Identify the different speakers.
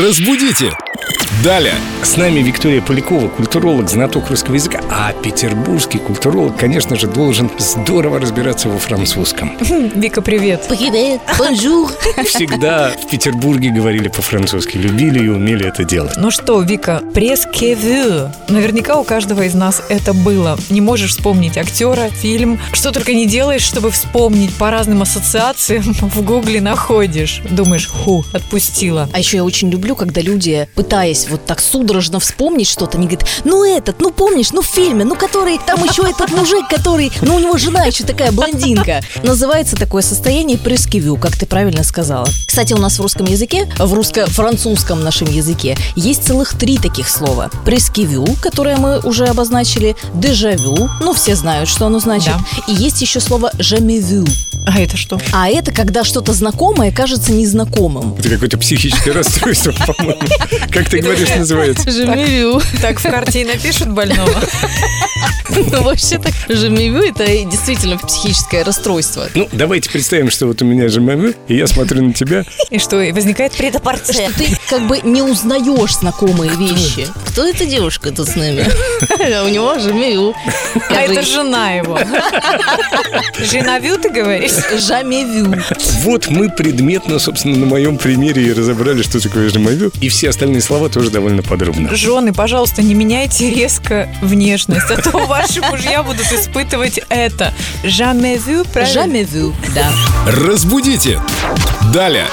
Speaker 1: Разбудите! Далее!
Speaker 2: С нами Виктория Полякова, культуролог, знаток русского языка. А петербургский культуролог, конечно же, должен здорово разбираться во французском.
Speaker 3: Хм, Вика, привет.
Speaker 4: Привет, бонжур.
Speaker 2: Всегда в Петербурге говорили по-французски, любили и умели это делать.
Speaker 3: Ну что, Вика, пресс-кевю. Наверняка у каждого из нас это было. Не можешь вспомнить актера, фильм. Что только не делаешь, чтобы вспомнить. По разным ассоциациям в гугле находишь. Думаешь, ху, отпустила.
Speaker 4: А еще я очень люблю, когда люди, пытаясь вот так судорожно вспомнить что-то, они говорят, ну этот, ну помнишь, ну в фильме, ну который, там еще этот мужик, который, ну у него жена еще такая блондинка. Называется такое состояние прескивю, как ты правильно сказала. Кстати, у нас в русском языке, в русско-французском нашем языке, есть целых три таких слова. Прескивю, которое мы уже обозначили, дежавю, ну все знают, что оно значит. И есть еще слово жамевю,
Speaker 3: А это что?
Speaker 4: а это когда что-то знакомое кажется незнакомым.
Speaker 2: Это какое-то психическое расстройство, по-моему. Как ты говоришь, называется?
Speaker 4: Жамевю.
Speaker 3: Так в карте и напишут больного.
Speaker 4: Ну, вообще-то, жамевю – это действительно психическое расстройство.
Speaker 2: Ну, давайте представим, что вот у меня же мама, и я смотрю на тебя.
Speaker 3: И что, и возникает предопорция.
Speaker 4: Что а ты как бы не узнаешь знакомые вещи. Кто эта девушка тут с нами? У него жамевю.
Speaker 3: А это жена его. Женавю, ты говоришь?
Speaker 4: жамевю.
Speaker 2: Вот мы предметно, собственно, на моем примере и разобрали, что такое же мамю, и все остальные слова тоже довольно подробно.
Speaker 3: Жены, пожалуйста, не меняйте резко внешность, а то ваши мужья будут испытывать это. Jamais vu, правильно?
Speaker 4: Жамевю, да.
Speaker 1: Разбудите! Далее!